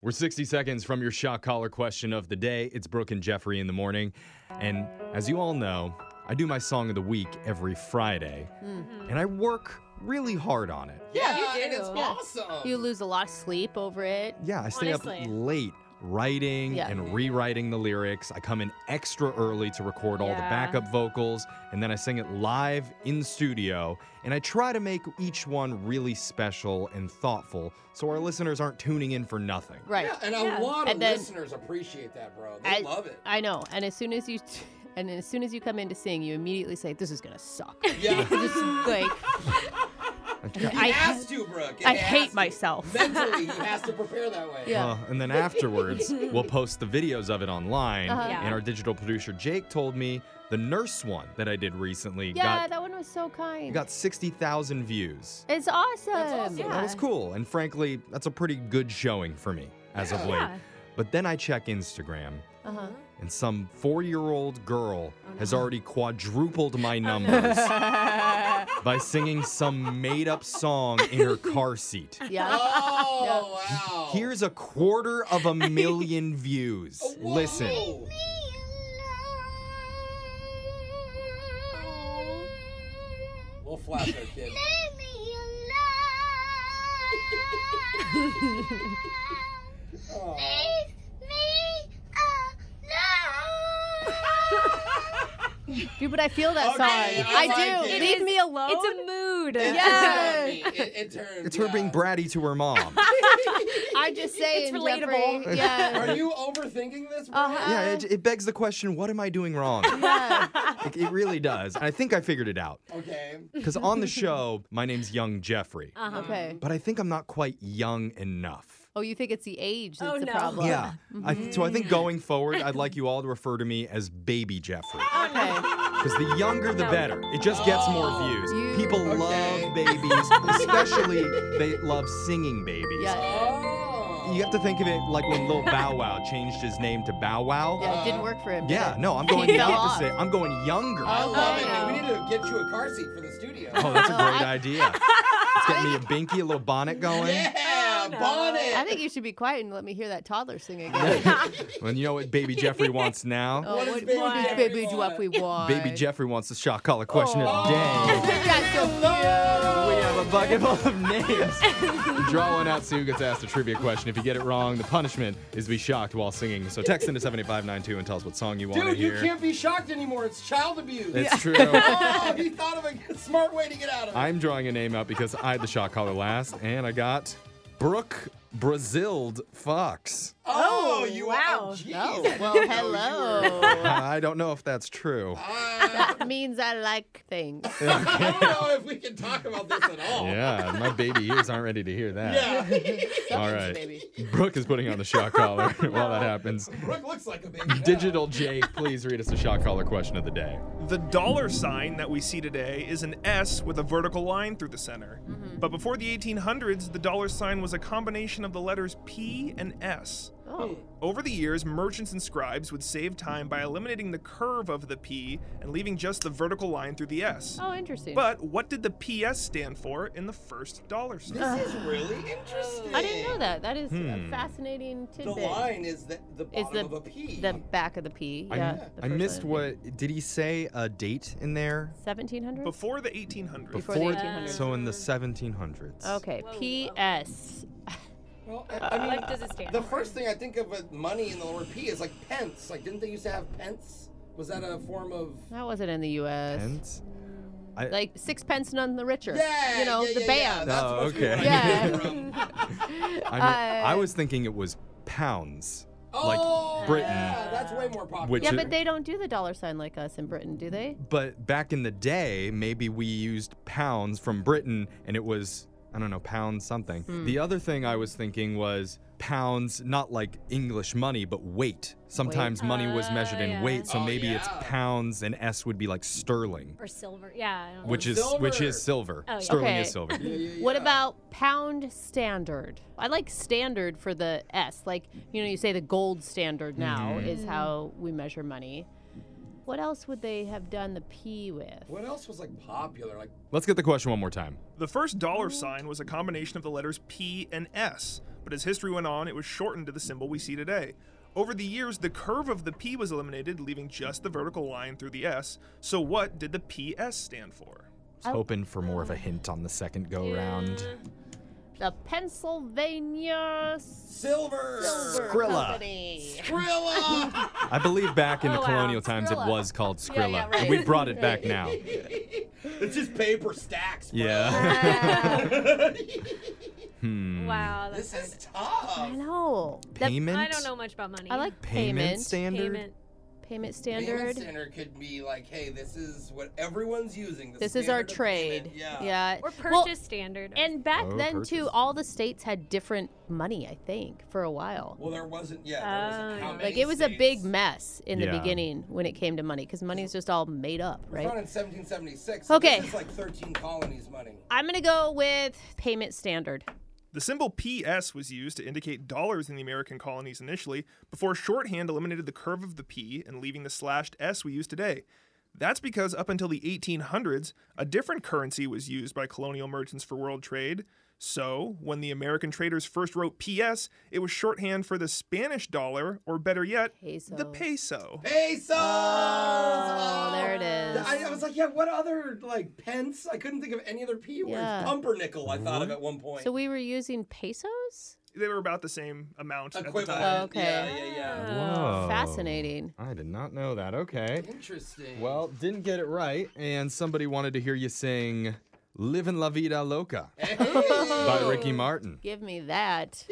We're 60 seconds from your shock collar question of the day. It's Brooke and Jeffrey in the morning. And as you all know, I do my song of the week every Friday, and I work really hard on it. Yeah, you and do. it's Yeah. awesome. You Um, lose a lot of sleep over it. Yeah, I stay Honestly. up late writing Yeah. and rewriting the lyrics. I come in extra early to record all the Yeah. backup vocals, and then I sing it live in studio. And I try to make each one really special and thoughtful so our listeners aren't tuning in for nothing. Right. Yeah, and a Yeah. lot of And then- listeners appreciate that, bro. They I- love it. I know. And as soon as you and as soon as you come in to sing, you immediately say, This is gonna suck. Yeah. This is like He I- has to, Brooke. He I has hate to. myself. Mentally, he has to prepare that way. Yeah. Uh, and then afterwards, we'll post the videos of it online. Uh-huh. Yeah. And our digital producer, Jake, told me the nurse one that I did recently Yeah, got that one was so kind. got 60,000 views. it's awesome. awesome. Yeah. That was cool. And frankly, that's a pretty good showing for me as of late. Yeah. But then I check Instagram, Uh-huh. and some four year old girl Oh, has already quadrupled my numbers by singing some made up song in her car seat. Yeah. Oh, wow. Here's a quarter of a million views. Oh, Whoa. Listen. We'll flap her, kid. Oh. Dude, but I feel that Okay, song. I I like do. it. Leave It me alone. It's a mood. Yeah. It, it, it turns. It's her yeah. being bratty to her mom. I just say It's relatable. Jeffrey. Are Yeah. you overthinking this? bro? Uh-huh. yeah, it, it begs the question what am I doing wrong? yeah. Like, it really does. And I think I figured it out. Okay. Because on the show, my name's Young Jeffrey, Uh-huh. Okay. but I think I'm not quite young enough. Oh, you think it's the age that's Oh, the no. problem? Yeah. I th- so I think going forward, I'd like you all to refer to me as Baby Jeffrey. Okay. Because the younger, the No. better. It just gets more Oh, views. you- People Okay. love babies, especially they love singing babies. Yeah. Oh. You have to think of it like when Lil Bow Wow changed his name to Bow Wow. Yeah, it didn't work for him. did Yeah, it? no, I'm going the fell off. opposite. I'm going younger. I Oh, love it. Oh. dude. We need to get you a car seat for the studio. that's a No, great I- idea. It's getting me a binky, a little bonnet going. Yeah, Oh, no. bonnet. I think you should be quiet and let me hear that toddler sing again. And you know what Baby Jeffrey wants now? Oh, what, What does what Baby does Jeffrey Baby want? Jeffrey want? Baby Jeffrey wants the shot collar question of the day. Oh. That's so cute. We have a bucket full of names. Draw one out, see who gets asked a trivia question. If you get it wrong, the punishment is to be shocked while singing. So text into 7592 and tell us what song you want to Dude, you hear. can't be shocked anymore. It's child abuse. it's true. oh, he thought of a smart way to get out of it. I'm drawing a name out because I had the shot collar last, and I got Brooke Braziled Fox. Oh, you wow. Oh, geez. Oh, Oh, well, you were- hello. Uh, I don't know if that's true. I that means I like things. I don't know if we can talk about this at all. Yeah, my baby ears aren't ready to hear that. Yeah. All right. Baby. Brooke is putting on the shot collar while that happens. Brooke looks like a baby. now. Digital Jake, please read us the shot collar question of the day. The dollar sign that we see today is an S with a vertical line through the center. Mm-hmm. But before the 1800s, the dollar sign was a combination of the letters P and S. Oh. Over the years, merchants and scribes would save time by eliminating the curve of the P and leaving just the vertical line through the S. Oh, interesting. But what did the PS stand for in the first dollar sign? Uh, This is really interesting. I didn't know that. That is Hmm. a fascinating The tidbit. line is the, the bottom the- of a P. The back of the P. I- Yeah. the I first missed line. what did he say a date in there? 1700? Before the 1800s. Before the Before- 1800s. So in the 1700s. Okay. Whoa, whoa. P.S. well, I, uh, I mean, What does it stand the for? first thing I think of with money in the lower P is like pence. Like, didn't they used to have pence? Was that a form of? That wasn't in the U.S. Pence? I, Like sixpence none the richer. Yeah, You know, yeah, the yeah, Yeah, band. That's Oh, mostly what okay. I Yeah. knew from. I, mean, I uh, was thinking it was pounds. oh, like Britain. Yeah, that's way more popular. Which Yeah, Sure. but they don't do the dollar sign like us in Britain, do they? But back in the day, maybe we used pounds from Britain and it was I don't know, pound something. Hmm. The other thing I was thinking was pounds, not like English money, but weight. Sometimes money was measured in Ah, yeah. weight, so Oh, maybe it's yeah. pounds and S would be like sterling, Or silver. Yeah. I don't know. which is which is silver. Oh, yeah. Sterling Okay. is silver. Yeah, yeah, yeah. What about pound standard? I like standard for the S. Like, you know, you say the gold standard now Mm-hmm. is how we measure money. What else would they have done the P with? What else was like popular? Like, Let's get the question one more time. The first dollar sign was a combination of the letters P and S. but as history went on, it was shortened to the symbol we see today. Over the years, the curve of the P was eliminated, leaving just the vertical line through the S. So, what did the PS stand for? was Oh. hoping for more of a hint on the second go round. The Pennsylvania S- Silver. Silver Skrilla. Company. Skrilla. I believe back in the Oh, wow, colonial times Skrilla. it was called Yeah, Skrilla. yeah, and right. Uh, We brought it back now. it's just paper stacks. bro. Yeah. hmm. wow, that's this hard. is tough. I know. That- Payment? I don't know much about money. I like Payment, payment. standard. payment. Payment Payment standard. center could be like, hey, this is what everyone's using. the This is our standard of payment. trade. Yeah. Well, Or purchase standard. and back Oh, then purchase. too, all the states had different money. I think for a while. Well, there wasn't. Yeah. There wasn't how Oh. many Like it was a states. big mess in Yeah. the beginning when it came to money, because money's just all made up, It was right? Found in 1776. so Okay. This is like 13 colonies money. I'm gonna go with payment standard. The symbol PS was used to indicate dollars in the American colonies initially, before shorthand eliminated the curve of the P and leaving the slashed S we use today. That's because up until the 1800s, a different currency was used by colonial merchants for world trade. So, when the American traders first wrote PS, it was shorthand for the Spanish dollar, or better yet, the Peso. peso. Pesos. Oh, there it is. I, I was like, yeah, what other like pence? I couldn't think of any other P words. Yeah. Pumpernickel, I thought of at one point. So we were using pesos. They were about the same amount at the Equivalent. time. Oh, Okay. Yeah, yeah, yeah. Whoa. Fascinating. I did not know that. Okay. Interesting. Well, didn't get it right, and somebody wanted to hear you sing Livin' La Vida Loca by Ricky Martin. Give me that.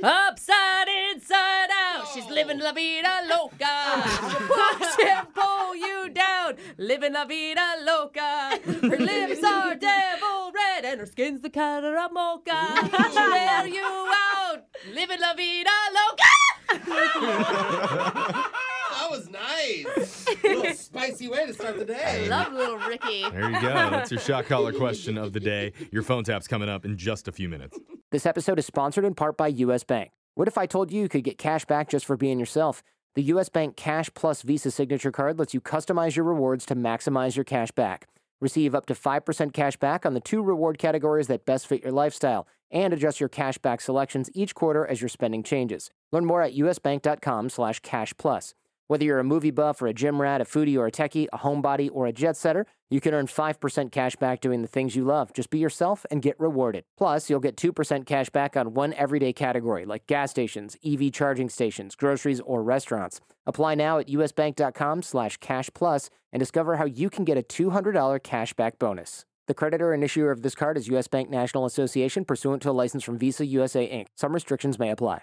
Upside inside out, she's living la vida loca. Watch him pull you down, living la vida loca. Her lips are devil red and her skin's the color of mocha. She'll wear you out, living la vida loca. that was nice. a little spicy way to start the day. Love little Ricky. There you go. That's your shot collar question of the day. Your phone tap's coming up in just a few minutes. This episode is sponsored in part by US Bank. What if I told you you could get cash back just for being yourself? The US Bank Cash Plus Visa Signature Card lets you customize your rewards to maximize your cash back. Receive up to 5% cash back on the two reward categories that best fit your lifestyle and adjust your cash back selections each quarter as your spending changes. Learn more at usbank.com slash cash plus. Whether you're a movie buff or a gym rat, a foodie or a techie, a homebody or a jet setter, you can earn 5% cash back doing the things you love. Just be yourself and get rewarded. Plus, you'll get 2% cash back on one everyday category like gas stations, EV charging stations, groceries, or restaurants. Apply now at usbank.com slash cash plus and discover how you can get a $200 cash back bonus. The creditor and issuer of this card is U.S. Bank National Association pursuant to a license from Visa USA Inc. Some restrictions may apply.